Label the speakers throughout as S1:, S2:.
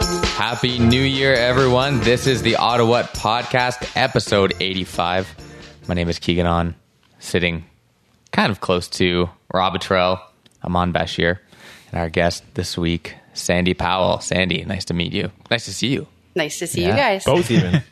S1: Happy New Year, everyone. This is the Ottawa Podcast, episode 85. My name is Keegan On, sitting kind of close to Rob Atrell, Amon Bashir, and our guest this week, Sandy Powell. Sandy, nice to meet you. Nice to see you.
S2: Nice to see
S1: Yeah.
S2: you guys. Both,
S3: Both even.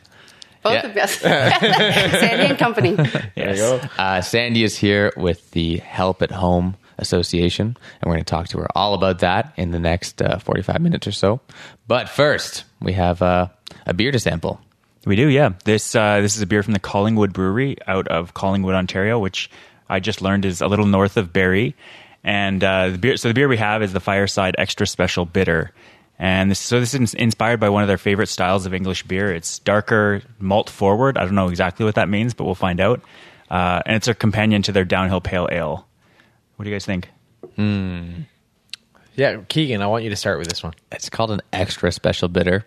S1: Yeah.
S2: of us. Sandy and company.
S3: There you go.
S1: Uh, Sandy is here with the Help at Home Association, and we're going to talk to her all about that in the next uh, 45 minutes or so. But first, we have uh, a beer to sample.
S3: We do, yeah. This uh, this is a beer from the Collingwood Brewery out of Collingwood, Ontario, which I just learned is a little north of Barrie. And uh, the beer, so the beer we have is the Fireside Extra Special Bitter, and this, so this is inspired by one of their favorite styles of English beer. It's darker, malt forward. I don't know exactly what that means, but we'll find out. Uh, and it's a companion to their Downhill Pale Ale. What do you guys think?
S4: Yeah, Keegan, I want you to start with this one.
S1: It's called an extra special bitter.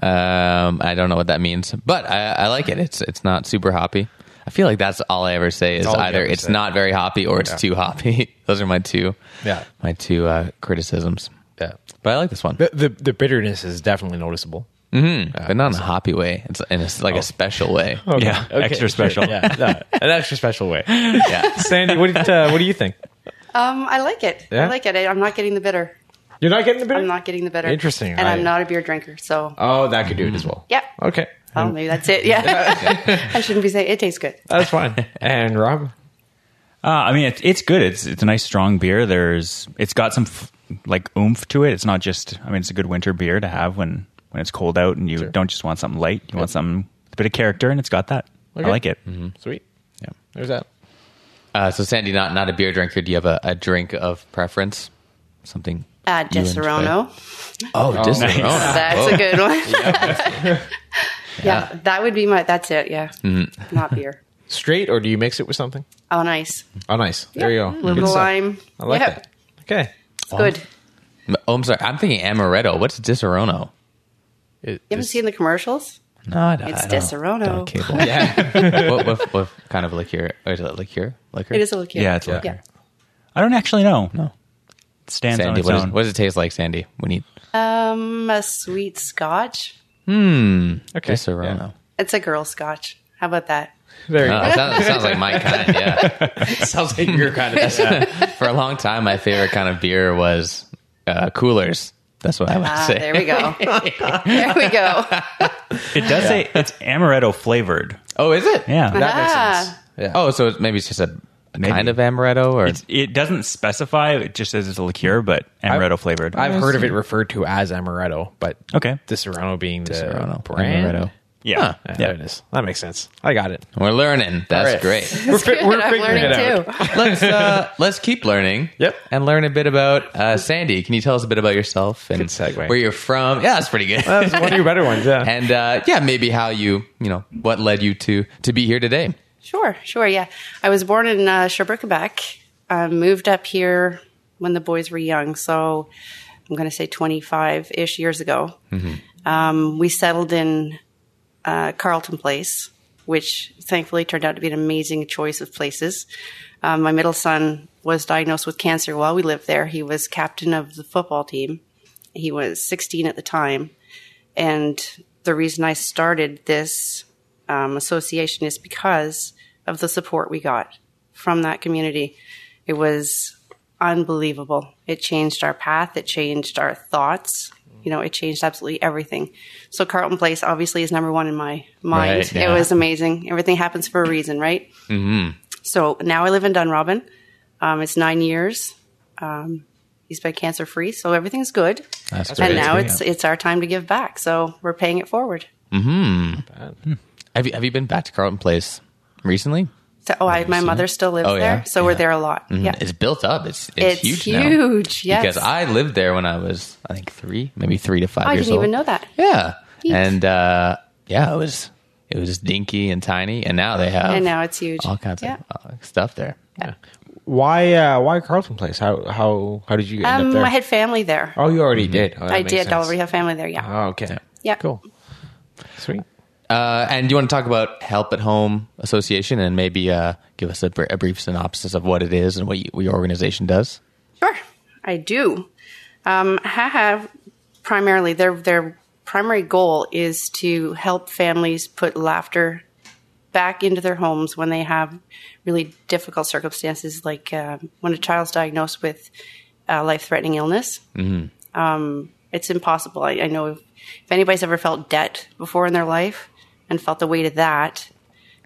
S1: Um, I don't know what that means, but I, I like it. It's it's not super hoppy. I feel like that's all I ever say is
S4: all you
S1: either
S4: ever
S1: it's
S4: say.
S1: not very hoppy or it's
S4: Yeah.
S1: too hoppy. Those are my two,
S4: Yeah.
S1: my two uh, criticisms.
S4: Yeah.
S1: But I like this one,
S4: Uh, The the, the bitterness is definitely noticeable.
S1: but not in a hoppy way. It's in a, like
S4: Oh.
S1: a special way.
S3: Yeah,
S4: Okay,
S3: extra
S4: sure.
S3: special.
S4: Yeah, no, an extra special way.
S1: yeah,
S4: Sandy, what do you, uh, what do you think?
S2: Um, I like it.
S4: Yeah?
S2: I like it. I, I'm not getting the bitter.
S4: You're not getting the bitter.
S2: I'm not getting the bitter.
S4: Interesting,
S2: And
S4: I-
S2: I'm not a beer drinker, so
S4: Oh, that could do it as well.
S2: yeah.
S4: Okay,
S2: Oh, maybe that's it. Yeah. I shouldn't be saying it tastes good.
S4: that's fine. And Rob,
S3: Uh, I mean, it's it's good. It's it's a nice strong beer. There's it's got some f- like oomph to it. It's not just. I mean, it's a good winter beer to have when when it's cold out and you don't just want something light. You want something with a bit of character, and it's got that.
S4: Okay.
S3: I like it.
S1: Mm.
S4: sweet.
S1: yeah.
S4: There's that.
S1: Uh, so Sandy, not not a beer drinker. Do you have a, a drink of preference? Something.
S2: Uh,
S1: you
S2: just
S1: enjoy?
S2: Serrano.
S1: Oh, just
S3: nice.
S1: Serrano.
S2: That's
S1: Whoa.
S2: a good one. yeah. that would be my. That's it. Yeah, not beer
S4: Straight, or do you mix it with something?
S2: on ice.
S4: Oh, nice. There you go.
S2: A little
S4: Good
S2: bit of
S4: stuff.
S2: lime.
S4: I like
S2: yeah.
S4: that. Okay.
S2: It's good.
S1: Oh, I'm sorry. I'm thinking amaretto. What's Disaronno?
S4: It-
S2: You haven't
S4: it's-
S2: seen the commercials?
S1: No, I don't.
S2: It's
S1: I don't-
S2: Disaronno.
S1: don't cable.
S4: Yeah.
S1: what, what, what kind of liqueur? Or is it liqueur? Liquor?
S2: It is a liqueur.
S3: Yeah, it's a
S2: Yeah.
S3: liquor. I don't actually know.
S1: No.
S3: It stands on
S1: Sandy,
S3: its
S1: what, is,
S3: own.
S1: what does it taste like, Sandy? We need
S2: Um, a sweet Scotch.
S4: Okay.
S1: Disaronno.
S2: It's a girl Scotch. How about that?
S4: There you
S1: Oh, it, sounds, it sounds like my kind, yeah.
S4: go. Sounds like your kind of.
S1: For a long time, my favorite kind of beer was uh, coolers. That's what I would
S2: Ah,
S1: say.
S2: there we go. there we go.
S3: It does say it's amaretto flavored.
S1: Oh, is it?
S3: Yeah.
S4: That makes
S2: Ah.
S4: sense. Yeah.
S1: Oh, so it's, maybe it's just a, a
S3: Maybe.
S1: kind of amaretto, or
S3: It's, it doesn't specify. It just says it's a liqueur, but amaretto flavored.
S4: I've heard of it referred to as amaretto, but
S3: Okay.
S4: the Serrano being the
S1: Disaronno.
S4: brand.
S1: Amaretto.
S3: Yeah.
S4: Yeah,
S3: yeah.
S4: there it is. That makes sense. I got it.
S1: We're learning. That's
S4: right.
S1: great.
S4: We're, fi- we're
S2: I'm
S4: figuring it out.
S2: learning too.
S1: let's uh, let's keep learning.
S4: Yep.
S1: And learn a bit about uh, Sandy. Can you tell us a bit about yourself and
S4: Good segue.
S1: where you're from? Yeah, that's pretty good.
S4: That was one of your better ones, yeah.
S1: and uh, yeah, maybe how you you know what led you to to be here today.
S2: Sure, sure. Yeah, I was born in uh, Sherbrooke, Quebec. Uh, moved up here when the boys were young, so I'm going to say 25 ish years ago.
S4: Mm-hmm.
S2: Um, we settled in uh, Carlton Place, which thankfully turned out to be an amazing choice of places. Um, my middle son was diagnosed with cancer while we lived there. He was captain of the football team. He was 16 at the time, and the reason I started this um, association is because of the support we got from that community. It was unbelievable. It changed our path, it changed our thoughts. You know, it changed absolutely everything. So Carlton Place obviously is number one in my mind.
S1: Right, yeah.
S2: It was amazing. Everything happens for a reason, right? Mm-hmm. So now I live in Dunrobin. Um, it's nine years. Um, he's been cancer free, so everything's good.
S1: That's,
S2: and now it's it's our time to give back. So we're paying it forward.
S1: have you have you been back to Carlton Place recently?
S2: So, oh, I, my mother still lives
S1: Oh, yeah?
S2: there, so we're there a lot. Yeah,
S1: It's built up. It's
S2: it's,
S1: it's, huge. now.
S2: huge. Yes,
S1: Because I lived there when I was I think three, maybe three to five
S2: Oh, I
S1: years
S2: didn't even
S1: old.
S2: know that.
S1: Yeah. And uh, yeah, it was it was dinky and tiny, and now they have
S2: And now it's huge.
S1: all kinds
S2: yeah.
S1: of uh, stuff there.
S4: Why? Uh, why Carlton Place? How? How? How did you end up
S2: Um,
S4: there?
S2: I had family there.
S4: oh, you already did. Oh, that
S2: I
S4: makes
S2: did
S4: sense.
S2: already have family there.
S1: Uh-huh.
S2: Yeah.
S4: Oh, okay.
S2: Yeah.
S4: Cool. Sweet.
S1: Uh, and you want to talk about Help at Home Association and maybe uh, give us a, br- a brief synopsis of what it is and what, you, what your organization does?
S2: Sure, I do. Um, I have primarily their their primary goal is to help families put laughter back into their homes when they have really difficult circumstances, like um when a child's diagnosed with uh, life threatening illness. Um, it's impossible. I, I know if, if anybody's ever felt debt before in their life and felt the weight of that,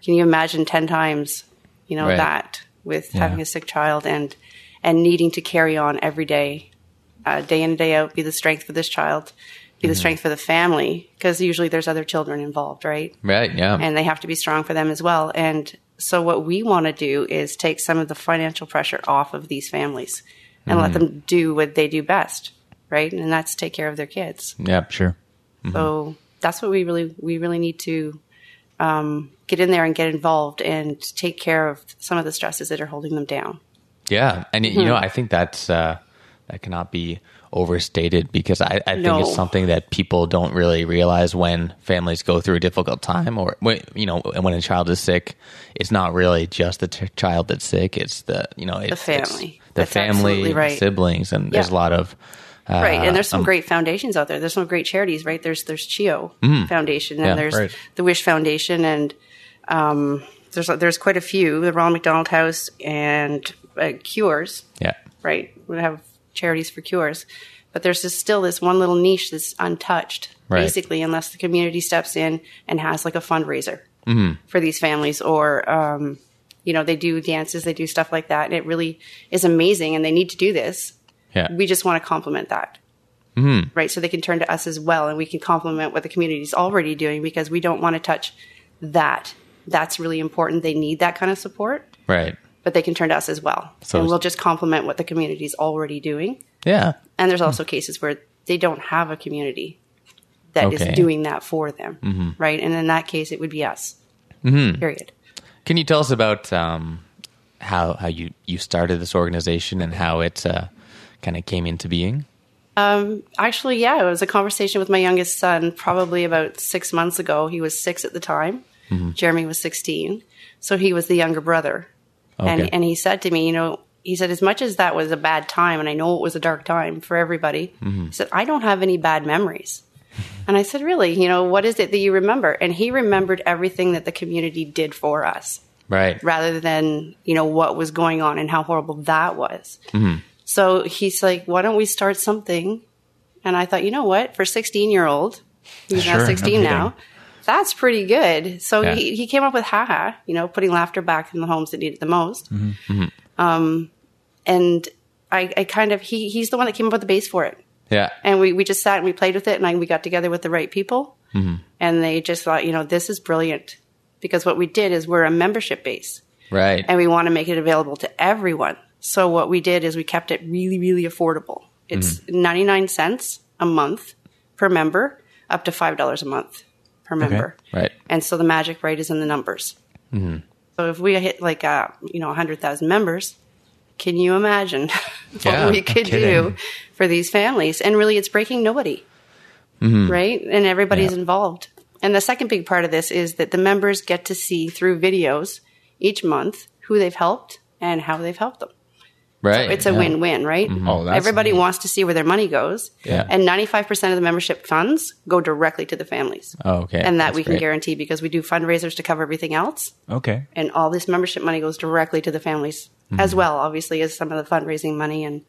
S2: can you imagine 10 times, you know,
S1: Right.
S2: that with having a sick child and, and needing to carry on every day, uh, day in and day out, be the strength for this child, be the strength for the family, because usually there's other children involved, right?
S1: Right. Yeah.
S2: and they have to be strong for them as well. And so, what we want to do is take some of the financial pressure off of these families and let them do what they do best, right? And that's take care of their kids.
S1: yep.
S3: Sure.
S2: So that's what we really we really need to um, get in there and get involved and take care of some of the stresses that are holding them down.
S1: Yeah, and y
S2: Hmm.
S1: you know, I think that's uh, that cannot be overstated because I, I think
S2: No.
S1: it's something that people don't really realize when families go through a difficult time, or when you know, and when a child is sick, it's not really just the t- child that's sick; it's the you know, it's, it's
S2: family.
S1: the
S2: That's
S1: family,
S2: absolutely right.
S1: siblings, and there's
S2: Yeah.
S1: a lot of uh,
S2: right and there's some great foundations out there there's some great charities right there's there's chio foundation and
S1: Mm-hmm. Yeah,
S2: there's
S4: right.
S2: the wish foundation and um, there's there's quite a few the ronald mcdonald house and uh, cures
S1: yeah,
S2: right we have charities for cures but there's just still this one little niche that's untouched
S1: Right.
S2: basically unless the community steps in and has like a fundraiser
S1: Mm-hmm.
S2: for these families or um, you know they do dances they do stuff like that and it really is amazing and they need to do this
S1: yeah,
S2: we just want to complement that.
S1: Mm-hmm.
S2: Right. So they can turn to us as well and we can complement what the community is already doing because we don't want to touch that. That's really important. They need that kind of support,
S1: right,
S2: but they can turn to us as well.
S1: So-
S2: and we'll just complement what the community is already doing.
S1: yeah,
S2: And there's also cases where they don't have a community that is
S1: Okay. Mm-hmm.
S2: doing that for them. Right. And in that case, it would be us. Period.
S1: Can you tell us about um, how how you you started this organization and how it uh, kind of came into being?
S2: Actually, yeah, it was a conversation with my youngest son probably about six months ago. He was six at the time. Jeremy was 16. So he was the younger brother.
S1: Okay.
S2: And, and he said to me, you know, he said, as much as that was a bad time, and I know it was a dark time for everybody, he said, I don't have any bad memories. and I said, really? You know, what is it that you remember? And he remembered everything that the community did for us
S1: Right,
S2: rather than you know what was going on and how horrible that was.
S3: Mm-hmm.
S2: So he's like, "Why don't we start something?" And I thought, you know what? For sixteen year old, he's
S3: Sure,
S2: now
S3: no
S2: sixteen
S3: kidding.
S2: now. That's pretty good. So
S1: Yeah.
S2: he, he came up with haha, you know, putting laughter back in the homes that need it the most.
S3: Mm-hmm.
S2: Um, and I, I kind of he he's the one that came up with the base for it
S1: yeah,
S2: and we, we just sat and we played with it and I, we got together with the right people
S3: Mm-hmm.
S2: and they just thought you know this is brilliant because what we did is we're a membership base
S1: right,
S2: and we want to make it available to everyone so what we did is we kept it really really affordable it's 99 cents a month per member up to $5 a month per member
S1: right.
S2: and so the magic right is in the numbers
S1: Mm-hmm.
S2: so if we hit like uh, you know 100000 members can you imagine what
S1: Yeah,
S2: we
S1: no
S2: could
S3: kidding.
S2: do for these families and really it's breaking nobody right and everybody's
S1: Mm-hmm. Yeah.
S2: involved and the second big part of this is that the members get to see through videos each month who they've helped and how they've helped them
S1: Right.
S2: it's a
S1: yeah. Mm-hmm.
S2: win-win right
S4: Oh, that's
S2: everybody
S4: neat.
S2: wants to see where their money goes
S1: Yeah.
S2: and 95% of the membership funds go directly to the families
S1: Oh, okay.
S2: and that
S1: That's
S2: we can
S1: great.
S2: guarantee because we do fundraisers to cover everything else
S3: Okay.
S2: and all this membership money goes directly to the families
S1: Mm-hmm.
S2: as well obviously as some of the fundraising money and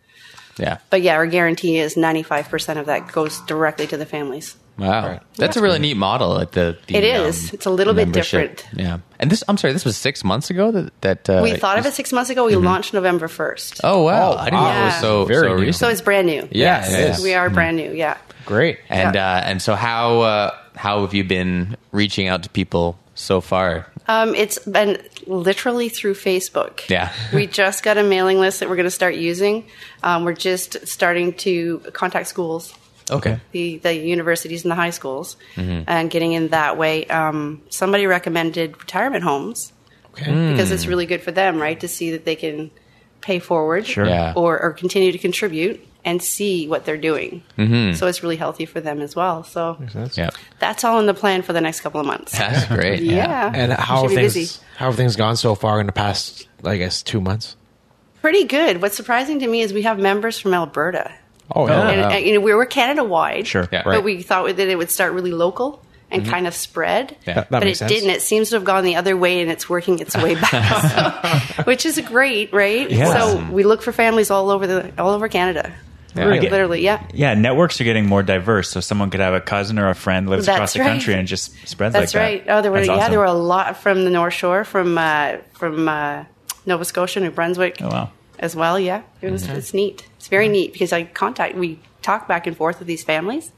S1: Yeah.
S2: but yeah our guarantee is 95% of that goes directly to the families
S1: Wow. That's a really neat model. Like the, the um,
S2: It is. It's a little bit
S1: membership.
S2: different.
S1: Yeah. And this, I'm sorry, this was six months ago that that uh,
S2: we thought of it six months ago we launched november 1st
S1: Mm-hmm. Oh wow!
S4: Oh,
S1: I didn't know it was
S2: wow.
S1: so so
S4: Very new.
S1: recent.
S2: so it's brand new
S1: yeah, it is. Mm-hmm.
S2: we are brand new yeah
S4: Great.
S1: And uh, and so how uh, how have you been reaching out to people so far?
S2: um, it's been literally through facebook
S1: Yeah.
S2: we just got a mailing list that we're going to start using um, we're just starting to contact schools
S1: Okay.
S2: the, the universities and the high schools and getting in that way. Um, somebody recommended retirement homes
S4: Okay.
S2: because it's really good for them, right? To see that they can pay forward
S3: Sure.
S1: Yeah.
S2: or, or continue to contribute and see what they're doing. Mm-hmm. So it's really healthy for them as well. So
S1: Yeah.
S2: that's all in the plan for the next couple of months.
S1: That's great.
S2: Yeah.
S4: And
S2: We
S4: how
S2: should
S4: have
S2: be
S4: things
S2: busy.
S4: how have things gone so far in the past, I guess, two months?
S2: Pretty good. What's surprising to me is we have members from Alberta.
S4: Oh yeah.
S2: And, and, you know, we were Canada wide.
S3: Sure.
S1: Yeah. Uh-huh.
S2: But
S1: Right. Mm-hmm.
S2: we thought that it would start really local and kind of spread.
S1: Yeah. That-
S4: that
S2: but it
S4: makes sense.
S2: didn't. It seems to have gone the other way and it's working its way back. so, which is great, right?
S3: Yes.
S2: So we look for families all over the all over Canada.
S1: Yeah.
S3: get-
S2: Literally, yeah.
S3: Yeah, networks are getting more diverse, so someone could have a cousin or a friend lives
S2: That's
S3: across the
S2: right.
S3: country and it just spreads
S2: That's
S3: like
S2: right.
S3: that.
S2: Oh, there were
S3: That's
S2: yeah,
S3: awesome.
S2: there were a lot from the North Shore, from uh, from uh, Nova Scotia, New Brunswick,
S3: Oh, wow.
S2: as well. Yeah, it was it's neat. It's very neat because I contact we talk back and forth with these families,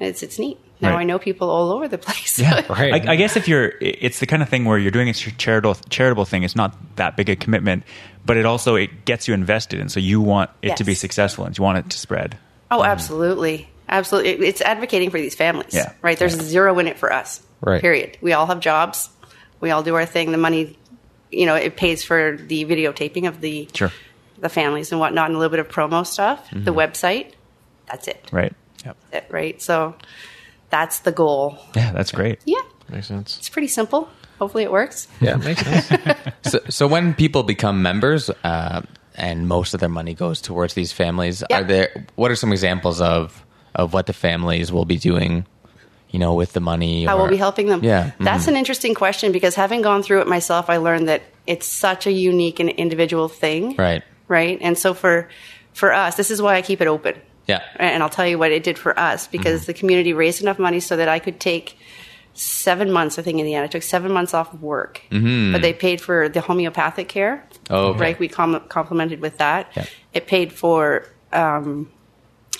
S2: and it's it's neat. Now
S3: Right.
S2: I know people all over the place.
S3: Yeah,
S4: Right.
S3: I, I guess if you're, it's the kind of thing where you're doing a charitable charitable thing. It's not that big a commitment, but it also it gets you invested, and so you want it to be
S2: Yes.
S3: successful and you want it to spread.
S2: oh, absolutely, absolutely. It- It's advocating for these families.
S3: Yeah.
S2: Right. There's zero in it for us.
S4: Right.
S2: Period. We all have jobs. We all do our thing. The money, you know, it pays for the videotaping of the
S3: Sure.
S2: the families and whatnot, and a little bit of promo stuff,
S1: Mm-hmm.
S2: the website. That's it.
S3: Right. Yep.
S2: That's it, right? So that's the goal.
S3: Yeah, that's great.
S2: Yeah,
S4: Makes sense.
S2: it's pretty simple. Hopefully, it works.
S4: Yeah, it makes sense.
S1: So, so when people become members uh, and most of their money goes towards these families,
S2: Yeah.
S1: are there? What are some examples of of what the families will be doing? You know, with the money,
S2: How
S1: or-
S2: we'll be helping them.
S1: Yeah, Mm-hmm.
S2: that's an interesting question because having gone through it myself, I learned that it's such a unique and individual thing,
S1: right.
S2: Right, and so for for us, this is why I keep it open.
S1: Yeah,
S2: and I'll tell you what it did for us
S1: Mm-hmm.
S2: because the community raised enough money so that I could take seven months. I think in the end, I took seven months off of work, mm but they paid for the homeopathic care.
S1: Mm-hmm. Oh, okay.
S2: right. We com- complemented with that.
S1: Yeah.
S2: It paid for, um,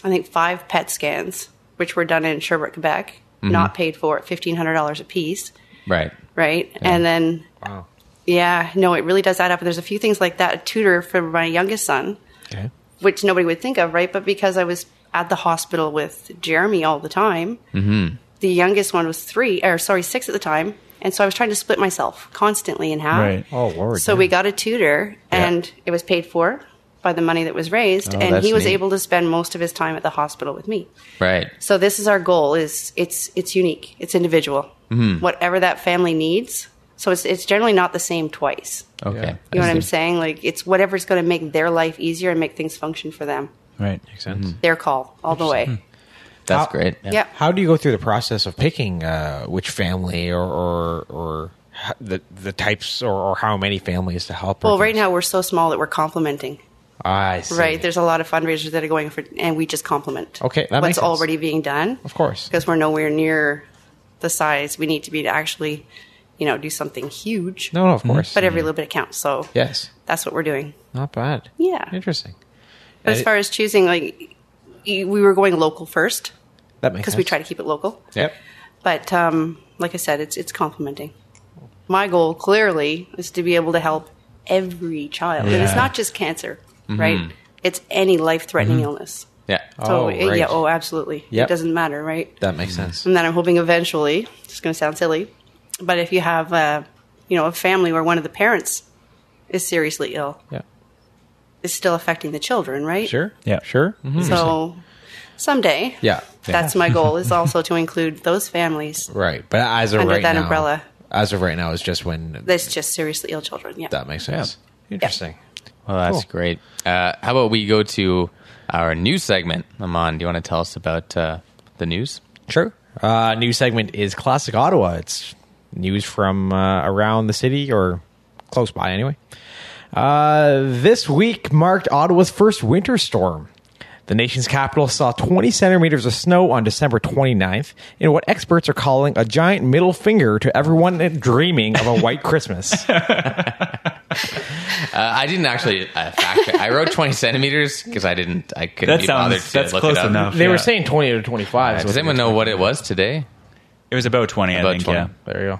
S2: I think, five PET scans, which were done in Sherbrooke, Quebec,
S1: Mm-hmm.
S2: not paid for at fifteen hundred dollars a piece.
S1: right.
S2: Right, and then
S4: wow.
S2: yeah, no, it really does add up. There's a few things like that. A tutor for my youngest son
S4: Okay.
S2: which nobody would think of, right? But because I was at the hospital with Jeremy all the time,
S1: Mm-hmm.
S2: the youngest one was three, or sorry, six at the time. And so I was trying to split myself constantly in half.
S3: Right.
S4: Oh Lord.
S2: So we got a tutor, and it was paid for by the money that was raised,
S1: Oh,
S2: and
S1: that's
S2: he was
S1: neat.
S2: able to spend most of his time at the hospital with me.
S1: Right.
S2: So this is our goal: is it's it's unique, it's individual,
S1: Mm-hmm.
S2: whatever that family needs. So it's it's generally not the same twice.
S1: Okay.
S2: You know what
S1: I
S2: I'm
S1: see.
S2: saying? Like it's whatever's going to make their life easier and make things function for them
S3: Right.
S4: makes sense.
S2: their call all the way.
S4: Hmm,
S1: That's
S4: How-
S1: great.
S2: Yeah.
S4: How do you go through the process of picking uh, which family or or, or h- the the types or, or how many families to help? or
S2: Well, right
S4: things?
S2: now we're so small that we're complementing.
S4: I see.
S2: Right. There's a lot of fundraisers that are going for, and we just complement.
S4: Okay, that
S2: what's
S4: makes sense.
S2: already being done?
S4: Of course.
S2: Because we're nowhere near the size we need to be to actually, you know, do something huge.
S4: No, no, of course.
S2: But every little bit counts. So
S4: yes,
S2: that's what we're doing.
S4: not bad.
S2: Yeah.
S4: interesting.
S2: But as
S4: And
S2: far as choosing, like y- we were going local first
S4: it- that makes
S2: because
S4: sense.
S2: we try to keep it local.
S4: Yep.
S2: But um, like I said, it's it's complementing. My goal clearly is to be able to help every child, and it's
S3: Yeah.
S2: not just cancer, right? It's any life-threatening illness.
S1: Yeah.
S2: So
S4: Mm-hmm. Oh,
S2: it-
S4: right.
S2: yeah, oh, absolutely.
S4: Yep.
S2: It doesn't matter, right?
S4: That makes sense.
S2: And then I'm hoping eventually, it's going to sound silly, but if you have a, you know, a family where one of the parents is seriously ill,
S4: Yeah.
S2: it's still affecting the children, right?
S4: Sure.
S3: Yeah.
S4: Sure.
S2: So someday,
S4: Yeah.
S2: that's my goal is also to include those families
S4: Right. But as of
S2: Under
S4: right
S2: that
S4: now,
S2: umbrella.
S4: as of right now, it's just when
S2: that's just seriously ill children. Yeah.
S4: that makes sense. Interesting.
S1: Well, that's
S4: Cool.
S1: great. Uh, how about we go to our news segment? Amon, do you want to tell us about uh, the news?
S4: Sure. Uh, new segment is Classic Ottawa. It's news from uh, around the city or close by, anyway. Uh, this week marked Ottawa's first winter storm. The nation's capital saw 20 centimeters of snow on December 29th in what experts are calling a giant middle finger to everyone dreaming of a white Christmas.
S1: Uh, I didn't actually uh, fact. I wrote 20 centimeters because I didn't. I couldn't
S3: That
S1: be
S3: sounds-
S1: bothered to
S3: that's
S1: look
S3: close
S1: it up.
S3: enough.
S4: They
S3: Yeah.
S4: were saying 20 to 25.
S1: Does anyone know what it was today?
S3: It was about twenty,
S1: About
S3: I think.
S1: 20.
S3: Yeah.
S4: There you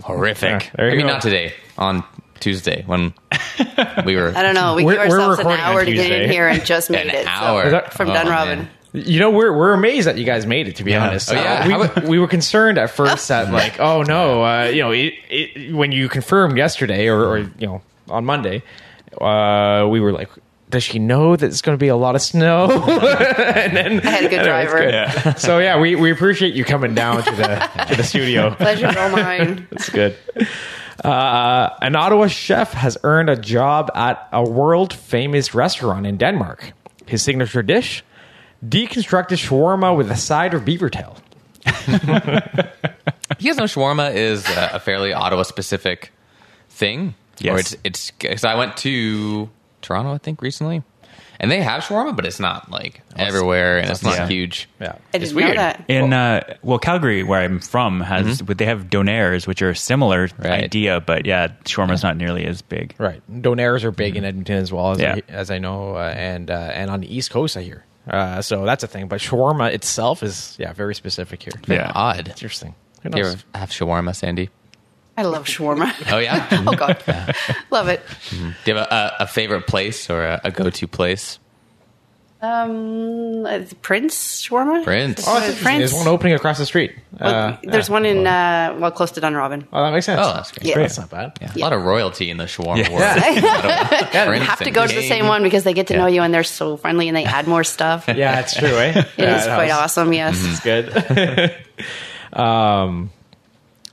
S1: Horrific.
S4: Yeah, there you
S1: I mean,
S4: go.
S1: not today. On Tuesday when we were
S2: I
S1: an
S2: don't know. We
S4: We're-
S2: give
S4: we're
S2: ourselves an
S4: recording on
S2: hour to get in
S4: Tuesday.
S2: here and just made it. so-
S1: hour
S2: from
S1: Oh,
S2: Dunrobin.
S1: man.
S4: You know, we're we're amazed that you guys made it. To be honest,
S1: Oh, yeah.
S4: Uh,
S1: How
S4: we, we were concerned at first that like, oh no, uh, you know, it, it, when you confirmed yesterday or, or you know on Monday, uh, we were like, does she know that it's going to be a lot of snow? and then
S2: I had a good
S4: anyway, it's
S2: driver.
S4: good. So yeah, we, we appreciate you coming down to the to the studio.
S2: Pleasure's all mine.
S4: That's good. Uh, an Ottawa chef has earned a job at a world famous restaurant in Denmark. His signature dish, deconstructed shawarma with a side of beaver tail.
S1: You guys know shawarma is uh, a fairly Ottawa specific thing.
S3: Yes.
S1: Or it's it's because I went to Toronto, I think, recently, and they have shawarma, but it's not like everywhere, and it's not
S3: yeah.
S1: huge.
S4: Yeah.
S2: I
S1: It's
S2: didn't
S1: weird.
S2: know that.
S3: In uh, well, Calgary, where I'm from, has but they have donairs, which are a similar
S1: Mm-hmm. Right.
S3: idea, but yeah, shawarma's not nearly as big.
S4: Right. Donaires are big in Edmonton as well as,
S3: Yeah.
S4: I, as I know, uh, and uh, and on the East Coast I hear. Uh, so that's a thing. But shawarma itself is yeah very specific here.
S3: Yeah.
S1: Odd.
S4: Interesting. Who
S1: Do you
S4: knows?
S1: ever have shawarma, Sandy?
S2: I love shawarma.
S1: Oh yeah.
S2: oh god, love it.
S1: Do you have a, a, a favorite place or a, a go to place?
S2: Um, uh, Prince shawarma.
S1: Prince.
S2: Is
S1: Oh,
S4: Oh,
S2: it
S4: that's interesting.
S2: Prince.
S4: There's one opening across the street.
S2: Well,
S4: Uh,
S2: there's
S4: yeah.
S2: one in uh, well close to Dunrobin.
S4: Oh, that makes sense.
S1: Oh, that's great.
S2: Yeah.
S4: That's not bad.
S1: A lot of royalty in the shawarma
S3: Yeah.
S1: world.
S4: Yeah,
S1: Prince
S4: you
S2: Have to
S1: and
S2: go to the
S1: Kane.
S2: same one because they get to know you and they're so friendly and they add more stuff. It is
S4: Yeah, it's true, eh? yeah, it
S2: quite
S4: helps.
S2: awesome. Yes.
S1: Mm-hmm.
S4: It's good. um,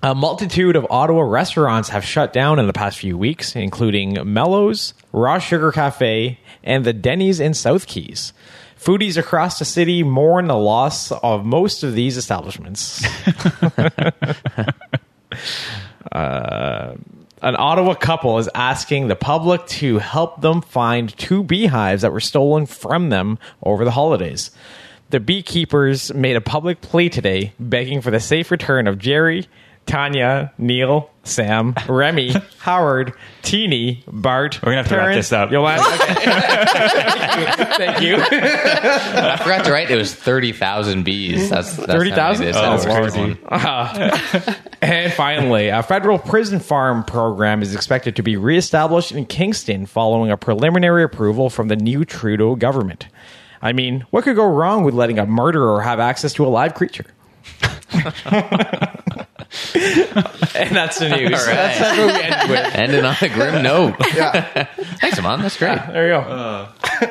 S4: a multitude of Ottawa restaurants have shut down in the past few weeks, including Mellows, Raw Sugar Cafe, and the Denny's in South Keys. Foodies across the city mourn the loss of most of these establishments. an Ottawa couple is asking the public to help them find two beehives that were stolen from them over the holidays. The beekeepers made a public plea today begging for the safe return of Jerry, Tanya, Neil, Sam, Remy, Howard, Teeny, Bart.
S3: We're gonna have to wrap
S4: Terrence,
S3: this up.
S4: Yolanda. Thank you. Thank you.
S1: I forgot to write. It was thirty thousand bees. That's, that's how many
S4: 30,000?
S1: they said
S4: Oh,
S1: it was.
S3: Lordy.
S4: Uh, And finally, a federal prison farm program is expected to be reestablished in Kingston following a preliminary approval from the new Trudeau government. I mean, what could go wrong with letting a murderer have access to a live creature? and that's the news.
S1: All right.
S4: That's, that's what we end with.
S1: Ending on a grim note. Thanks, Amon. That's great. Uh,
S4: There you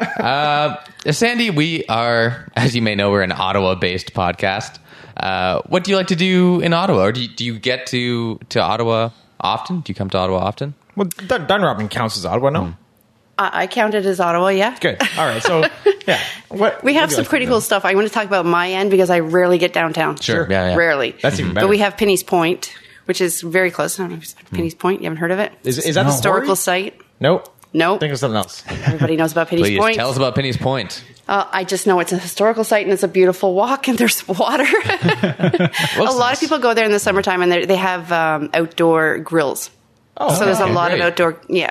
S4: go.
S1: Sandy, we are, as you may know, we're an Ottawa-based podcast. Uh, what do you like to do in Ottawa? Or do you, do you get to to Ottawa often? Do you come to Ottawa often?
S4: well, Dun- Dunrobin counts as Ottawa, no?
S2: I, I counted as Ottawa. Yeah.
S4: Good. All right. So, yeah. What,
S2: We have some pretty cool stuff. I want to talk about my end because I rarely get downtown.
S1: Sure. Sure. Yeah, yeah.
S2: Rarely.
S4: That's even better.
S2: But we have Penny's Point, which is very close. I don't know if it's Penny's Point. You haven't heard of it?
S4: Is, is that the
S2: historical
S4: story?
S2: site?
S4: Nope.
S2: Nope.
S4: Think of something else.
S2: Everybody knows about Penny's
S1: Please
S2: Point.
S1: tell us about Penny's Point.
S2: Uh, I just know it's a historical site and it's a beautiful walk and there's water. a lot of people go there in the summertime and they they have um, outdoor grills.
S4: Oh,
S2: so there's a
S1: okay,
S2: lot
S1: great.
S2: of outdoor, yeah.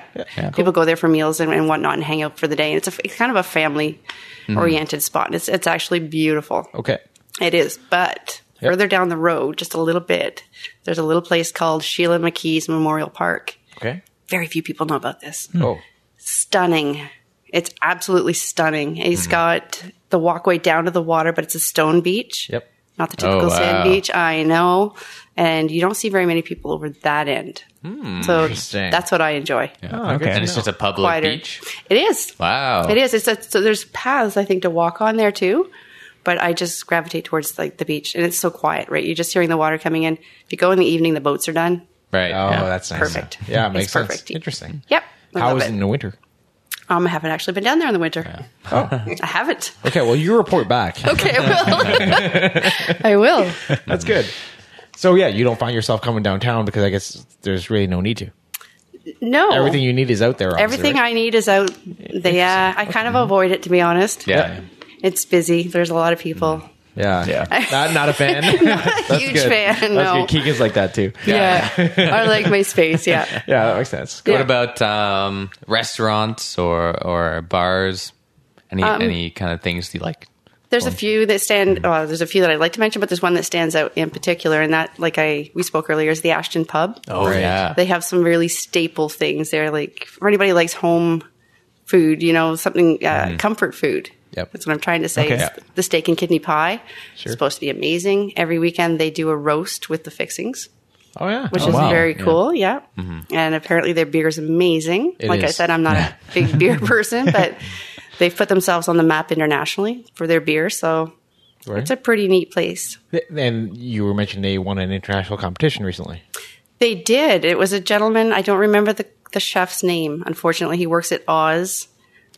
S2: People go there for meals and, and whatnot and hang out for the day. And it's, a, it's kind of a family oriented spot. And it's, it's actually beautiful.
S4: Okay.
S2: It is. But
S4: Yep.
S2: further down the road, just a little bit, there's a little place called Sheila McKee's Memorial Park.
S4: Okay.
S2: Very few people know about this
S4: Oh.
S2: stunning. It's absolutely stunning.
S4: Mm-hmm.
S2: It's got the walkway down to the water, but it's a stone beach.
S4: Yep.
S2: Not the typical
S1: Oh, wow.
S2: sand beach. I know. And you don't see very many people over that end. so
S4: Hmm, Interesting.
S2: that's what I enjoy.
S4: Oh,
S3: okay.
S1: And it's just a public
S2: Quieter.
S1: beach.
S2: It is.
S1: Wow.
S2: It is. It's a, so there's paths I think to walk on there too. But I just gravitate towards like the beach and it's so quiet, right? You're just hearing the water coming in. If you go in the evening, the boats are done.
S1: Right.
S4: Oh,
S1: yeah.
S4: that's nice.
S2: Perfect.
S4: Yeah, it
S2: It's
S4: makes sense.
S2: perfect.
S4: Interesting.
S2: Yep. I
S4: How
S2: love
S4: is
S2: it.
S4: it in the winter?
S2: Um, I haven't actually been down there in the winter. Oh.
S4: Oh.
S2: I haven't.
S4: Okay, well, you report back.
S2: Okay, I will. I will.
S4: That's good. So yeah, you don't find yourself coming downtown because I guess there's really no need to.
S2: No.
S4: Everything you need is out there. Obviously,
S2: Oh. Everything
S4: right?
S2: I need is out. They, uh, I kind of avoid it, to be honest.
S1: Yeah.
S2: It's busy. There's a lot of people.
S4: yeah,
S3: Yeah.
S4: Not, not a fan. Mm. That's
S2: Huge
S4: good.
S2: fan.
S4: That's
S2: no.
S4: good. Keegan's like that too.
S2: Yeah. I like my space. Yeah.
S4: Yeah, that makes sense. Good.
S1: What
S2: Yeah.
S1: about um, restaurants or or bars? Any
S2: Um,
S1: any kind of things you like?
S2: There's a few that stand. Well, there's a few that I'd like to mention, but there's one that stands out in particular, and that, like I we spoke earlier, is the Ashton Pub.
S1: Oh yeah.
S2: They have some really staple things there. Like for anybody who likes home food, you know, something uh, comfort food.
S4: Yep.
S2: That's what I'm trying to say.
S3: Okay.
S2: is
S3: Yeah.
S2: The steak and kidney pie.
S4: Sure.
S2: It's supposed to be amazing. Every weekend they do a roast with the fixings,
S4: Oh yeah,
S2: which
S4: Oh,
S2: is
S4: wow.
S2: very cool. Yeah. And apparently their beer is amazing.
S4: It
S2: like I
S4: is.
S2: said, I'm not a big beer person, but they've put themselves on the map internationally for their beer. So
S4: Right.
S2: it's a pretty neat place.
S4: Th- And you were mentioning they won an international competition recently.
S2: They did. It was a gentleman. I don't remember the, the chef's name. Unfortunately, he works at Oz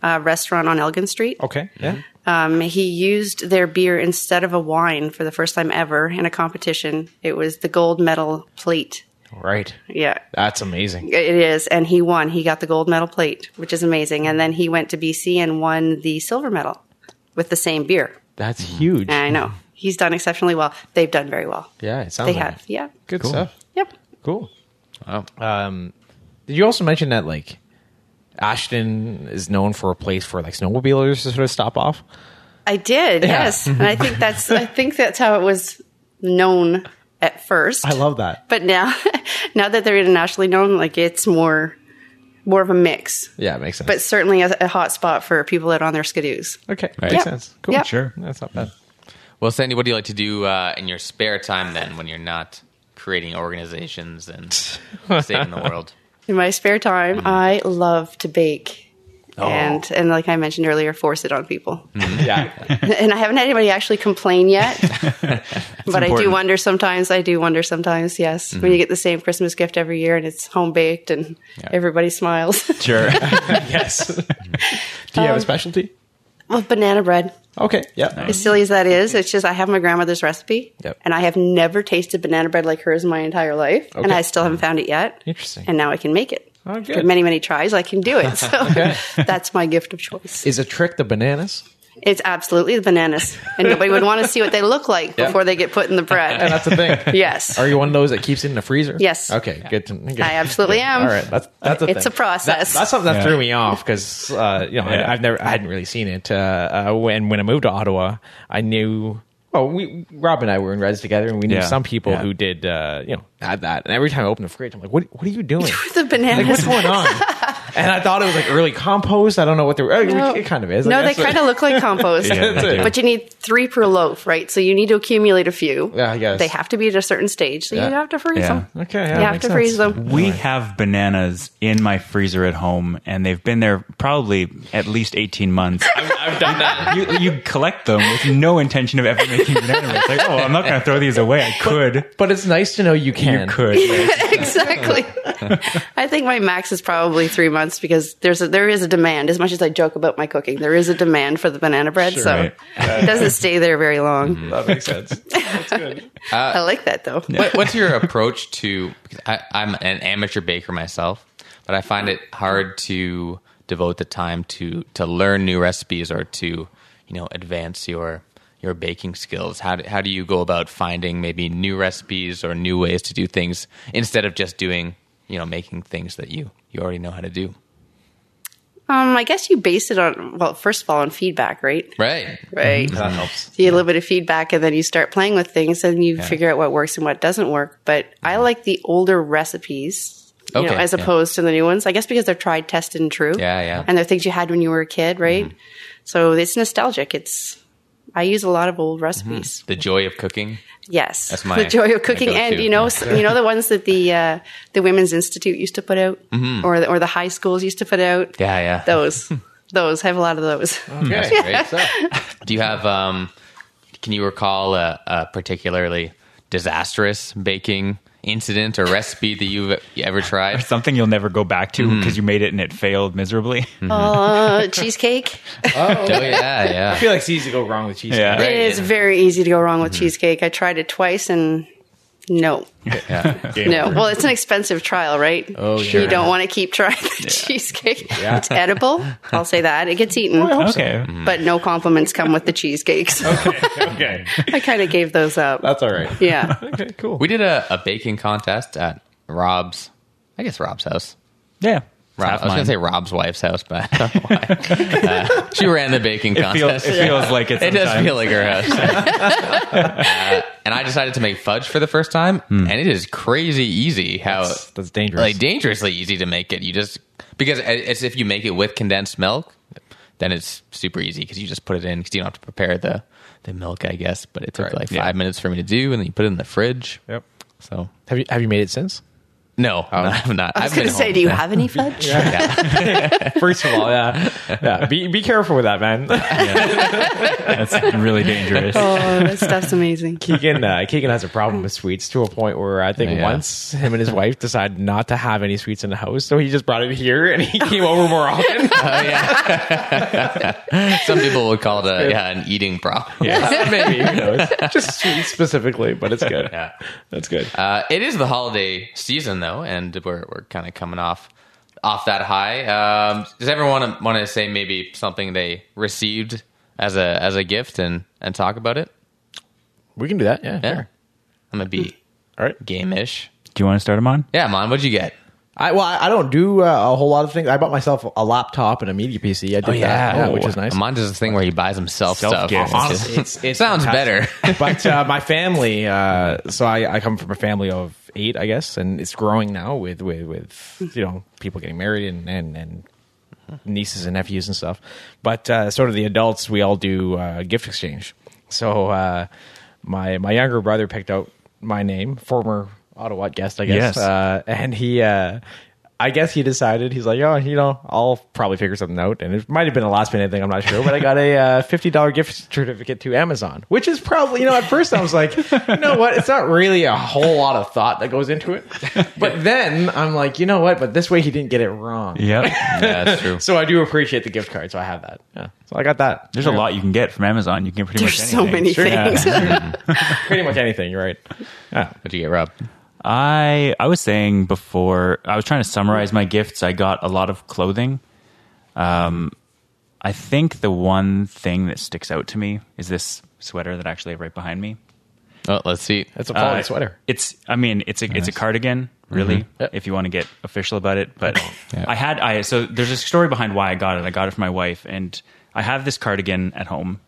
S2: uh, restaurant on Elgin Street.
S4: Okay, yeah,
S2: Um, he used their beer instead of a wine for the first time ever in a competition. It was the gold medal plate.
S4: Right.
S2: Yeah,
S4: That's amazing.
S2: it is. And he won. He got the gold medal plate, which is amazing. And then he went to BC and won the silver medal with the same beer.
S4: That's huge.
S2: Mm-hmm. And I know. He's done exceptionally well. They've done very well.
S4: Yeah, it sounds
S2: They
S4: like
S2: have.
S4: it.
S2: Yeah.
S4: Good
S3: Cool.
S4: stuff.
S2: Yep.
S4: Cool.
S1: Wow.
S4: Um, did you also mention that like Ashton is known for a place for like snowmobilers to sort of stop off?
S2: I did.
S4: Yeah.
S2: Yes. and I think that's I think that's how it was known at first.
S4: love that.
S2: but now now that they're internationally known, like it's more more of a mix.
S4: Yeah, it makes sense.
S2: But certainly a, a hot spot for people that are on their skidoos.
S4: okay,
S1: Right.
S4: makes
S1: Yeah.
S4: sense. Cool.
S2: Yeah.
S3: Sure.
S4: That's not bad.
S1: Well, Sandy, what do you like to do uh, in your spare time then when you're not creating organizations and saving the world?
S2: In my spare time,
S4: Mm-hmm.
S2: I love to bake.
S4: Oh.
S2: And and like I mentioned earlier, force it on people.
S4: Mm-hmm. Yeah.
S2: and I haven't had anybody actually complain yet. but I do
S3: important.
S2: wonder sometimes. I do wonder sometimes. Yes,
S4: Mm-hmm.
S2: when you get the same Christmas gift every year and it's home baked and everybody smiles.
S3: Sure.
S4: yes. Do you
S2: Um,
S4: have a specialty?
S2: well, banana bread.
S4: Okay. Yeah.
S2: As silly as that is, it's just I have my grandmother's recipe,
S4: Yep.
S2: and I have never tasted banana bread like hers in my entire life, and
S4: Okay.
S2: I still haven't found it yet.
S4: Interesting.
S2: And now I can make it.
S4: Oh,
S2: After
S4: good.
S2: many many tries, I can do it. So that's my gift of choice.
S4: Is a trick the bananas?
S2: It's absolutely the bananas, and nobody would want to see what they look like before they get put in the bread.
S4: That's the thing.
S2: Yes.
S4: Are you one of those that keeps it in the freezer?
S2: Yes.
S4: Okay. Good. To, good.
S2: I absolutely am.
S4: All right. That's that's a
S2: It's
S4: thing.
S2: a process.
S4: That- that's something that
S3: Yeah.
S4: threw me off because uh, you know
S3: Yeah.
S4: I, I've never I hadn't really seen it. Uh, uh, when when I moved to Ottawa, I knew. Well, we Rob and I were in Reds together, and we knew
S3: Yeah.
S4: some people
S3: Yeah.
S4: who did uh, you know had that. And every time I opened the fridge, I'm like, what What are you doing?
S2: the
S4: like, what's
S2: bananas.
S4: going on? and I thought it was like early compost. I don't know what the
S2: No.
S4: it kind of is. I
S2: no, they
S4: guess.
S2: kind of look like compost.
S3: Yeah, they do.
S2: But you need three per loaf, right? So you need to accumulate a few.
S4: Yeah, I guess.
S2: They have to be at a certain stage, so
S4: Yeah.
S2: you have to freeze
S3: Yeah.
S2: them.
S4: Okay, yeah,
S2: you
S4: that
S2: have to
S4: makes
S2: freeze
S4: sense.
S2: them.
S3: We have bananas in my freezer at home, and they've been there probably at least 18 months. I've, done that. You, you collect them with no intention of ever making banana. It's like, oh, I'm not going to throw these away. I could.
S4: But it's nice to know you can.
S3: You could. Yeah.
S2: exactly. I think my max is probably three months because there's a, there is a demand. As much as I joke about my cooking, there is a demand for the banana bread, so
S3: Right.
S2: it doesn't stay there very long.
S4: That makes sense.
S2: I like that though.
S1: What, what's your approach to? Because I, I'm an amateur baker myself, but I find it hard to devote the time to to learn new recipes or to you know advance your your baking skills. How do, how do you go about finding maybe new recipes or new ways to do things instead of just doing you know making things that you you already know how to do?
S2: Um, I guess you base it on well, first of all, on feedback, right?
S1: Right.
S2: Right.
S1: Mm-hmm.
S4: That helps.
S2: So you get a little bit of feedback and then you start playing with things and you figure out what works and what doesn't work. But I like the older recipes. You
S1: Mm-hmm. Okay,
S2: know, as
S1: yeah.
S2: opposed to the new ones, I guess because they're tried, tested, and true.
S1: Yeah, yeah. Mm-hmm.
S2: And they're things you had when you were a kid, right? So it's nostalgic. It's I use a lot of old recipes.
S1: The joy of cooking.
S2: Yes,
S1: Mm-hmm. That's my-
S2: the joy
S1: my
S2: of cooking, and
S1: go-to.
S2: you know, s you know the ones that the uh, the Women's Institute used to put out, or the, or the high schools used to put out.
S1: Mm-hmm. Yeah, Mm-hmm. yeah.
S2: Those, those I have a lot of those.
S1: That's great stuff. Do you have? Um, can you recall a, a particularly disastrous baking incident or recipe that you've you ever tried?
S3: Something you'll never go back
S1: Mm-hmm.
S3: to because you made it and it failed miserably.
S2: Uh, cheesecake.
S1: Oh yeah,
S4: I
S1: yeah.
S4: feel like it's easy to go wrong with cheese.
S3: Yeah.
S1: Right,
S2: It is
S1: yeah.
S2: very easy to go wrong
S4: Mm-hmm.
S2: with cheesecake. I tried it twice and no,
S1: yeah.
S2: no. Well, it's an expensive trial, right?
S4: Oh, sure.
S2: You don't want to keep trying the cheesecake. It's edible. I'll say that. It gets eaten,
S3: Okay.
S2: but no compliments come with the cheesecakes.
S4: Okay.
S2: I kind of gave those up.
S4: That's all right.
S2: yeah.
S4: Okay, cool.
S1: We did a, a baking contest at Rob's, I guess Rob's house.
S3: Yeah.
S1: Rob, I was
S3: Half
S1: going to
S3: mine.
S1: say Rob's wife's house, but I don't know why. Uh, she ran the baking
S3: It feels,
S1: contest.
S3: it feels like it's.
S1: It does feel like her house. Uh, and I decided to make fudge for the first time, and it is crazy easy how
S4: That's- that's dangerous.
S1: uh, Like dangerously easy to make it. You just because it's if you make it with condensed milk, then it's super easy because you just put it in because you don't have to prepare the the milk, I guess. But it took like five minutes for me to do, and then you put it in the fridge.
S4: Yep.
S1: So
S4: Have you have you made it since?
S1: No, no, I have not.
S2: I was going to say, do you have any fudge?
S4: First of all, yeah, yeah. Be be careful with that, man.
S3: That's really dangerous.
S2: Oh, that stuff's amazing.
S4: Keegan uh, Keegan has a problem with sweets to a point where I think
S1: Yeah.
S4: once him and his wife decided not to have any sweets in the house, so he just brought it here and he came over more often.
S1: Oh, Some people would call it a, yeah, an eating problem.
S4: Yeah, maybe who knows? just sweets specifically, but it's good.
S1: Yeah.
S4: That's good.
S1: Uh, it is the holiday season though, and we're we're kind of coming off off that high. Um, does everyone want to say maybe something they received as a as a gift and and talk about it?
S4: we can do that. Yeah,
S1: Yeah,
S4: sure.
S1: I'm gonna be
S4: All right.
S1: game-ish.
S3: Do you want to start him on?
S1: Yeah, mom, what'd you get?
S4: I well, I I don't do uh, a whole lot of things. I bought myself a laptop and a media PC. I did that,
S3: yeah.
S4: yeah,
S3: Oh,
S4: which is nice.
S1: Mine does this thing where he buys himself
S3: Self-gift.
S1: stuff.
S4: Honestly, it's-
S1: it
S4: it's
S1: sounds better.
S4: fantastic. but uh, my family, uh, so I, I come from a family of eight, I guess, and it's growing now with with, with you know people getting married and and, and nieces and nephews and stuff. But uh, sort of the adults, we all do uh, gift exchange. So uh, my my younger brother picked out my name, former Ottawa guest, I guess,
S3: Yes.
S4: uh, and he. Uh, I guess he decided he's like, oh, you know, I'll probably figure something out, and it might have been a last minute thing. I'm not sure, but I got a uh, fifty dollar gift certificate to Amazon, which is probably, you know, at first I was like, you know what, it's not really a whole lot of thought that goes into it, but then I'm like, you know what, but this way he didn't get it wrong.
S3: Yep.
S1: yeah, that's true.
S4: So I do appreciate the gift card, so I have that. Yeah. So I got that.
S3: There's a lot you can get from Amazon. You can get pretty
S2: There's
S3: much
S2: so
S3: anything.
S2: many things.
S4: Pretty much anything, you're right.
S1: What'd you get, Rob?
S3: I I was saying before I was trying to summarize my gifts. I got a lot of clothing. Um, I think the one thing that sticks out to me is this sweater that I actually have right behind me.
S1: Oh, let's see.
S4: That's a quality
S3: Uh,
S4: sweater. Mm-hmm.
S3: It's I mean it's a it's a cardigan really
S4: Yep.
S3: if you want to get official about it. But
S1: Yeah.
S3: I had I so there's a story behind why I got it. I got it for my wife, and I have this cardigan at home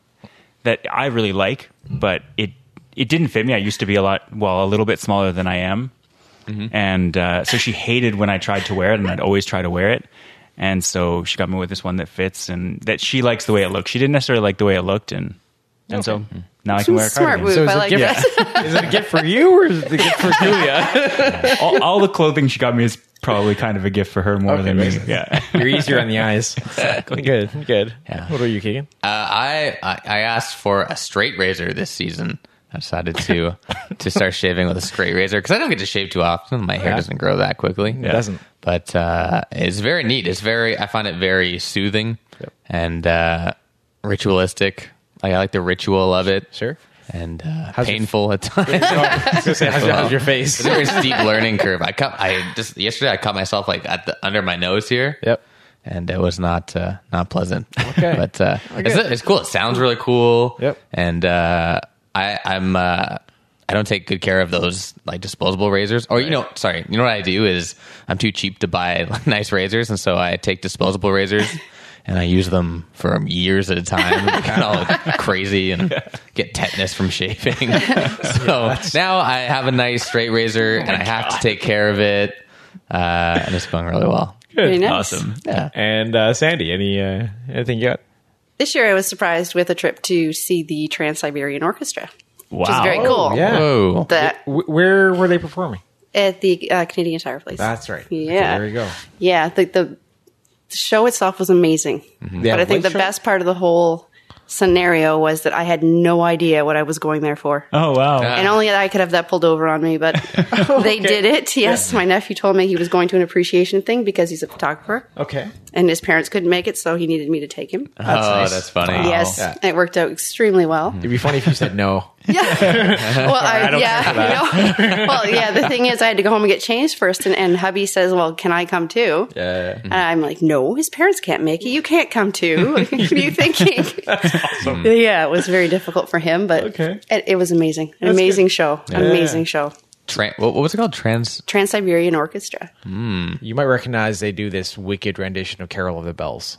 S3: that I really like, but it it didn't fit me. I used to be a lot well a little bit smaller than I am, and uh, so she hated when I tried to wear it, and I'd always try to wear it. And so she got me with this one that fits and that she likes the way it looks. She didn't necessarily like the way it looked, and and so
S4: Hmm.
S3: now I can wear a
S2: Smart
S3: cardigan.
S2: move. I like
S4: gift,
S2: that.
S4: is it a gift for you or is it a gift for Julia?
S3: all, all the clothing she got me is probably kind of a gift for her more
S4: Okay,
S3: than me.
S4: makes sense.
S3: Yeah.
S4: You're easier on the eyes. Exactly. Good, good. What are you, Keegan?
S1: Uh, I, I I asked for a straight razor this season. I decided to to start shaving with a straight razor because I don't get to shave too often. My hair
S4: Yeah.
S1: doesn't grow that quickly.
S4: It doesn't.
S1: But uh, it's very neat. It's very. I find it very soothing and uh, ritualistic. Like, I like the ritual of it.
S4: Sure.
S1: And uh,
S4: How's your-
S1: painful at times.
S4: I was gonna say, how's, your- how's your
S1: it's a
S4: face?
S1: very steep learning curve. I cut. I just yesterday I cut myself like at the under my nose here
S4: Yep.
S1: and it was not uh, not pleasant.
S4: Okay.
S1: but uh, it's, it's cool. It sounds really cool.
S4: Yep.
S1: And uh, I I'm uh, I don't take good care of those like disposable razors. Or you know, sorry, you know what I do is I'm too cheap to buy nice razors, and so I take disposable razors. And I use them for years at a time. They kind of look crazy and get tetanus from shaving. so now I have a nice straight
S4: Oh
S1: razor and I have to take care of it. Uh, and it's going really well.
S2: Very nice.
S3: Awesome.
S1: Yeah.
S4: And uh, Sandy, any uh, anything you got?
S2: This year I was surprised with a trip to see the Trans Siberian Orchestra,
S3: Wow.
S2: which is very cool.
S4: Oh, Yeah.
S1: Whoa.
S2: That
S4: Wh- where were they performing?
S2: at the uh, Canadian Tire Place.
S4: That's right. Okay,
S2: Yeah.
S4: there you go.
S2: Yeah, the, the show itself was amazing.
S4: Mm-hmm. Yeah,
S2: but I think the
S4: which show?
S2: best part of the whole scenario was that I had no idea what I was going there for.
S3: Oh wow.
S1: Ah.
S2: And only I could have that pulled over on me, but they did it. Yes, my nephew told me he was going to an appreciation thing because he's a photographer
S4: Okay.
S2: and his parents couldn't make it, so he needed me to take him.
S1: oh,
S4: nice.
S1: that's funny.
S2: Yes,
S4: Yeah.
S2: it worked out extremely well.
S4: It'd be funny if you said no.
S2: Well, I,
S4: don't care for
S2: yeah, you know, well, yeah. The thing is, I had to go home and get changed first, and, and hubby says, "Well, can I come too?"
S4: Yeah.
S2: And I'm like, "No, his parents can't make it. You can't come too." what are you thinking? Yeah, it was very difficult for him, but
S4: Okay.
S2: it, it was amazing. An amazing show. An amazing show.
S1: Tran- what, what was it called? Trans.
S2: Trans Siberian Orchestra.
S4: You might recognize they do this wicked rendition of Carol of the Bells.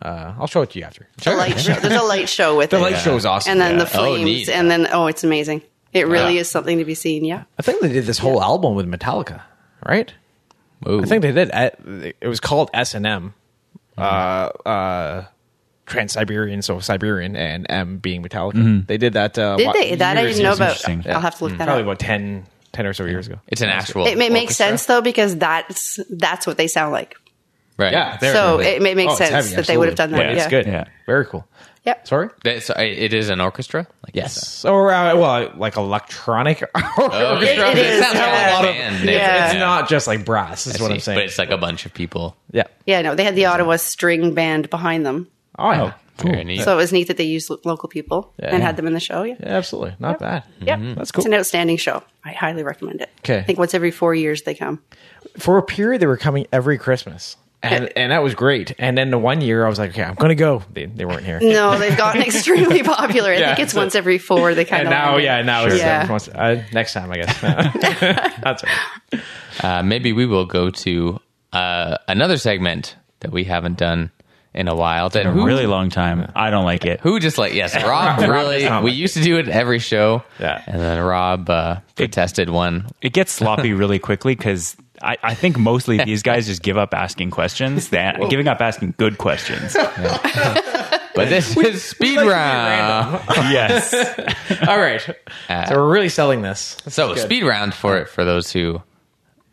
S4: Uh, I'll show it to you after.
S2: The light show. There's a light show with
S4: The
S2: it.
S4: light show is awesome.
S2: and then the
S4: yeah.
S1: Oh,
S2: flames,
S1: neat.
S2: and then oh, it's amazing. It really
S1: Yeah.
S2: is something to be seen. Yeah.
S4: I think they did this whole album with Metallica, right?
S1: Ooh.
S4: I think they did. I- It was called S and M, uh, uh, Trans Siberian, so Siberian, and M being Metallica. They did that. Uh,
S1: Mm-hmm.
S2: Did
S4: wa-
S2: they? That I
S4: years-
S2: didn't know
S4: years- Mm.
S2: about.
S3: interesting.
S2: I'll have to look that
S4: Probably
S2: up.
S4: about ten. ten or so years ago.
S1: It's an actual.
S2: It, ma- makes
S1: orchestra.
S2: sense though because that's that's what they sound like.
S1: right?
S4: Yeah, there
S2: So
S4: is.
S2: it ma- makes
S4: Oh, it's
S2: sense
S4: heavy,
S2: that they would have
S4: absolutely.
S2: done that,
S4: Yeah,
S2: yeah.
S4: it's good.
S3: Yeah.
S4: very cool.
S2: Yep.
S4: Sorry.
S1: That's, it is an orchestra. Like it's
S4: Yes, or uh, well, like electronic
S1: a- Orchestra.
S2: It- it is,
S1: sounds
S2: yeah.
S1: like a
S2: It's-
S1: band.
S2: yeah.
S4: Oh, It's not just like brass. Is
S1: I
S4: what
S1: see.
S4: I'm saying.
S1: But it's like a bunch of people.
S4: yeah.
S2: Yeah, no, they had the Ottawa string band behind them.
S4: Oh, yeah.
S1: Very neat.
S2: So it was neat that they used lo- local people
S4: Yeah.
S2: and had them in the show. Yeah.
S4: Yeah, absolutely. Not bad.
S2: Yep.
S4: That's cool.
S2: It's an outstanding show. I highly recommend it.
S4: 'Kay.
S2: I think once every four years they come.
S4: For a period, they were coming every Christmas. And, and that was great. And then the one year, I was like, okay, I'm going to go. They, they weren't here.
S2: No, they've gotten extremely popular. I
S4: Yeah,
S2: think it's
S4: so-
S2: once every four. They kind
S4: And
S2: of
S4: now, yeah, now it's
S2: Sure.
S4: every once- uh, next time, I guess. That's all right.
S1: Uh, maybe we will go to uh, another segment that we haven't done in a while. That
S3: A
S1: who,
S3: really long time. I don't like it.
S1: who just like yes, Rob really.
S4: not
S1: we
S4: like
S1: used to do it every show.
S4: Yeah.
S1: and then Rob uh, protested one.
S3: It gets sloppy really quickly because I, I think mostly these guys just give up asking questions, that, giving up asking good questions.
S1: But this is speed round.
S3: yes.
S4: All right. so we're really selling this.
S1: So speed round for it for those who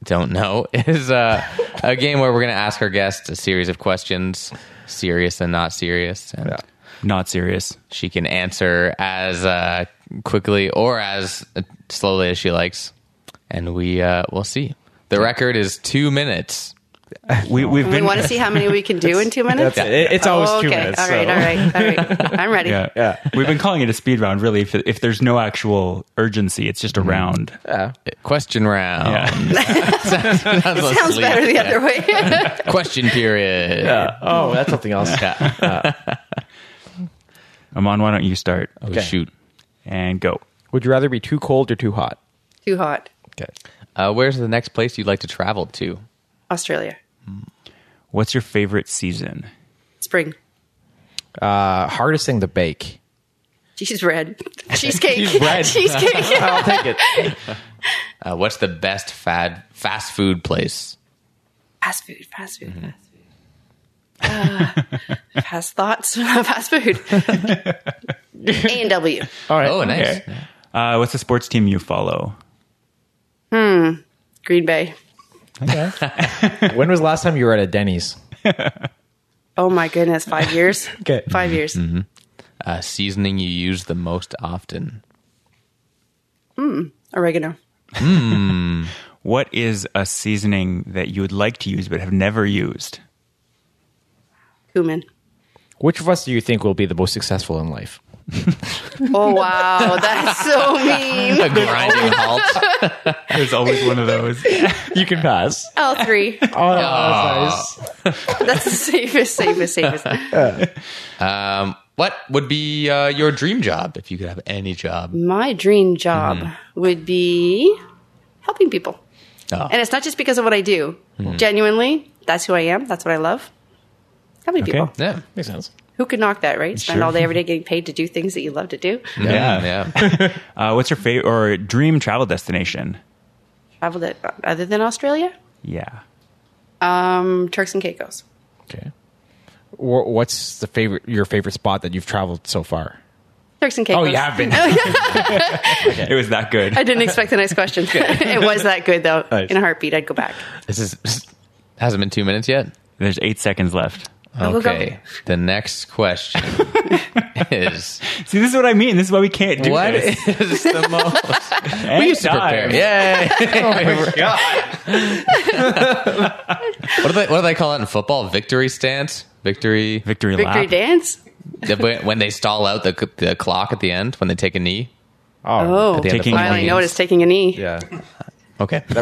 S1: don't know is uh, a game where we're going to ask our guest a series of questions, serious and not serious, and
S3: Not serious.
S1: she can answer as uh, quickly or as uh, slowly as she likes, and we uh, will see. The record is two minutes.
S3: We, we've
S2: We
S3: been.
S2: want to see how many we can do in two minutes.
S4: that's it. It's always two minutes,
S2: All right,
S4: so.
S2: all right, all right. I'm ready.
S3: Yeah.
S4: Yeah.
S3: We've been calling it a speed round, really. If, if there's no actual urgency, it's just a round.
S1: Question round.
S3: Yeah.
S1: Sounds, less
S2: Sounds
S1: sleep.
S2: better the other way.
S1: Question period.
S4: Oh, that's something else. Uh,
S1: Yeah.
S3: Amon, why don't you start
S1: Oh,
S4: Okay.
S1: shoot.
S3: and go?
S4: Would you rather be too cold or too hot?
S2: Too hot.
S4: Okay.
S1: Uh, where's the next place you'd like to travel to?
S2: Australia.
S3: What's your favorite season?
S2: Spring.
S4: Uh, hardest thing to bake.
S2: Cheese bread. Cheesecake.
S1: Cheese bread.
S2: Cheesecake.
S4: I'll take it.
S1: Uh, what's the best fad fast food place?
S2: fast food. Fast food. Fast food. Uh, fast thoughts. fast food. A and W.
S4: All right.
S1: Oh, nice.
S3: Okay. Uh, what's the sports team you follow?
S2: Green Bay.
S4: When was the last time you were at a Denny's?
S2: Oh my goodness. Five years.
S4: Okay.
S2: Five years.
S1: Uh, seasoning you use the most often?
S2: Oregano.
S3: What is a seasoning that you would like to use but have never used?
S2: Cumin.
S4: Which of us do you think will be the most successful in life?
S2: Oh wow, that's so mean.
S1: A grinding halt.
S3: There's always one of those.
S4: You can pass.
S2: L three.
S4: Oh, that's nice.
S2: That's the safest, safest, safest.
S1: Um, what would be uh, your dream job if you could have any job?
S2: My dream job would be helping people.
S1: Oh.
S2: And it's not just because of what I do. Genuinely, that's who I am. That's what I love. Helping
S3: Okay.
S2: people.
S1: Yeah.
S4: Makes sense.
S2: Who could knock that, right? Spend all day every day getting paid to do things that you love to do.
S1: Mm. Yeah. Yeah.
S3: Uh, what's your favorite or dream travel destination?
S2: Traveled it other than Australia?
S3: Yeah.
S2: Um, Turks and Caicos.
S4: Okay. Wh- What's the favorite your favorite spot that you've traveled so far?
S2: Turks and Caicos.
S4: Oh, you have been.
S3: It was that good.
S2: I didn't expect a nice question. it was that good though.
S4: Nice.
S2: In a heartbeat, I'd go back.
S1: This is hasn't been two minutes yet.
S3: There's eight seconds left.
S2: go, go.
S1: Okay. The next question is
S3: See, this is what I mean. This is why we can't do
S1: what
S3: this.
S1: is the most
S3: we
S1: used to prepare? Yay!
S4: Oh,
S1: what do they what do they call it in football? Victory stance. Victory.
S3: Victory,
S2: Victory
S3: lap.
S2: dance.
S1: The- when when they stall out the the clock at the end when they take a knee.
S2: Oh,
S1: the end of
S3: Taking
S1: football
S2: I only
S1: games.
S2: noticed taking a knee.
S4: yeah.
S1: Okay.
S2: You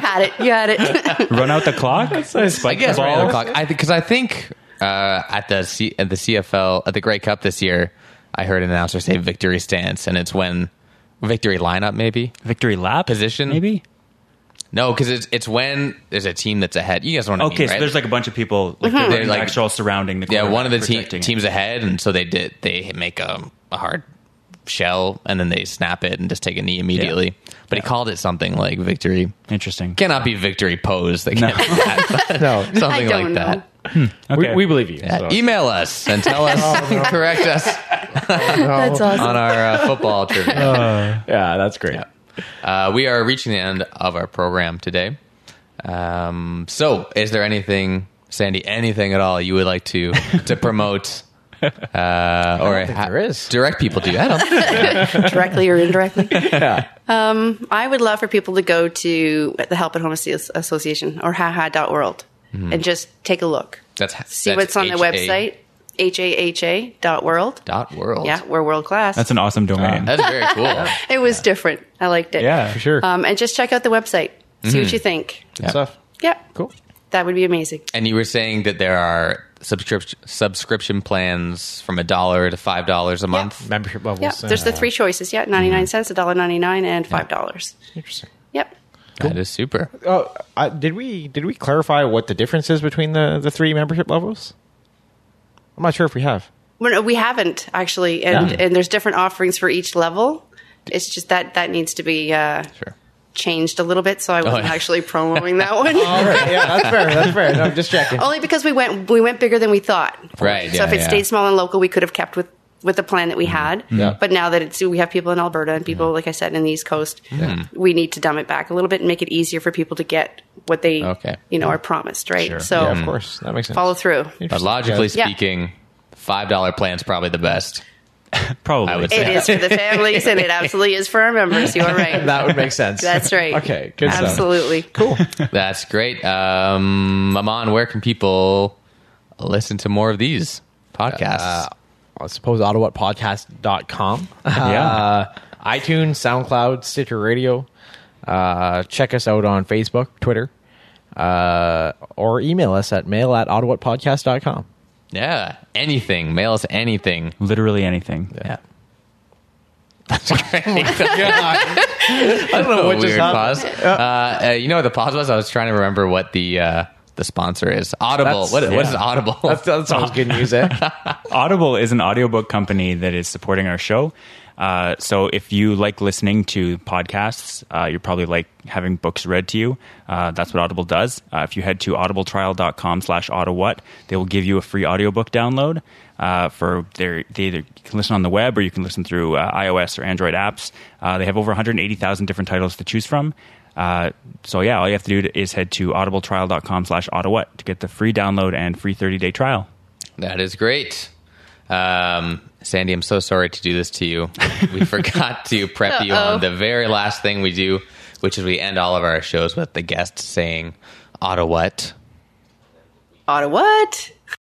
S2: had it. You had it.
S3: Run out the clock.
S1: I guess
S3: the
S1: right
S3: ball.
S1: on the clock. I because I think uh, at the C, at the CFL at the Grey Cup this year, I heard an announcer say victory stance, and it's when victory lineup maybe.
S3: Victory lap
S1: Position?
S3: maybe.
S1: No, because it's it's when there's a team that's ahead. You guys know what I mean,
S3: Okay, so
S1: right?
S3: there's like a bunch of people like they're
S1: They're, like-
S3: like actual surrounding the
S1: yeah, one of the
S3: quarterback,
S1: te-
S3: protecting it.
S1: teams ahead, and so they did they make a, a hard shell, and then they snap it and just take a knee immediately. But he called it something like victory.
S3: Interesting.
S1: Cannot be victory pose. They can't do that.
S4: No.
S1: something
S2: I
S1: like
S2: don't
S1: that.
S2: know.
S3: Okay.
S4: We, we believe you.
S1: Yeah,
S4: so.
S1: Email us and tell us,
S3: Oh,
S1: correct us
S2: That's awesome.
S1: on our uh, football trivia.
S4: Oh. Yeah, that's great.
S1: Uh, we are reaching the end of our program today. Um, so, is there anything, Sandy, anything at all you would like to to promote? Uh, or
S4: think there is.
S1: direct people to you. I don't.
S2: directly or indirectly. Um, I would love for people to go to the Help at Home Asso- Association or haha.world and just take a look.
S1: That's
S2: See
S1: that's
S2: what's on the
S1: HA
S2: website, H-A-H-A dot world.
S1: Dot world.
S2: Yeah, we're world class.
S3: That's an awesome domain.
S1: that's very cool.
S2: it was different. I liked it.
S3: yeah,
S4: For sure.
S2: Um, and just check out the website. See what you think.
S4: Good stuff.
S2: Yeah.
S4: Cool.
S2: That would be amazing.
S1: And you were saying that there are subscription subscription plans from a dollar to five dollars a month.
S4: Membership levels.
S2: Yeah. There's the
S4: uh,
S2: three choices. Yeah. 99 cents, $1.99, and $5.
S4: Interesting.
S2: Yep.
S1: That is super.
S4: Oh, I, did we did we clarify what the difference is between the the three membership levels? I'm not sure if we have.
S2: Well, no, we haven't actually, and and there's different offerings for each level. It's just that that needs to be uh,
S1: Sure.
S2: changed a little bit. So I wasn't
S1: yeah.
S2: actually promoting that one.
S4: All right, yeah, that's fair. That's fair. No, I'm just checking.
S2: Only because we went we went bigger than we thought.
S1: Right,
S2: So
S1: yeah,
S2: if it
S1: yeah.
S2: stayed small and local, we could have kept with with the plan that we had.
S4: Yeah.
S2: But now that it's we have people in Alberta and people, like I said, in the East Coast, we need to dumb it back a little bit and make it easier for people to get what they
S1: Okay.
S2: you know are promised. Right.
S3: Sure.
S2: So
S4: Yeah, of course, that makes sense.
S2: follow through.
S1: But logically
S2: Yeah.
S1: speaking, five dollar plan's probably the best.
S3: probably.
S1: I would
S2: It is for the families and it absolutely is for our members. You are right.
S4: that would make sense.
S2: That's right.
S4: Okay, good stuff.
S2: Absolutely.
S4: Cool.
S1: That's great. Um, Amon, where can people listen to more of these podcasts?
S4: Uh, I suppose ottawapodcast.com. Uh, iTunes, SoundCloud, Stitcher Radio. Uh, check us out on Facebook, Twitter, uh, or email us at mail at ottawapodcast.com.
S1: yeah, anything. Mail us anything.
S3: Literally anything.
S1: Yeah. That's great.
S4: I don't know
S1: a weird pause. Uh, uh, you know what the pause was? I was trying to remember what the uh, the sponsor is. Audible.
S4: That's-
S1: What, what is
S3: yeah.
S1: Audible?
S4: That's, that's always good news, eh?
S3: Audible is an audiobook company that is supporting our show. Uh, so if you like listening to podcasts, uh, you probably like having books read to you. Uh, that's what Audible does. Uh, if you head to audibletrial.com slash autowhat, they will give you a free audiobook download. Uh, for their, they either you can listen on the web or you can listen through uh, iOS or Android apps. Uh, they have over 180,000 different titles to choose from. Uh, so yeah, all you have to do is head to audibletrial.com slash autowhat to get the free download and free 30-day trial.
S1: That is great. Um, Sandy, I'm so sorry to do this to you. We forgot to prep you
S2: Uh-oh.
S1: on the very last thing we do, which is we end all of our shows with the guest saying, Auto what?
S2: Ottawa. What?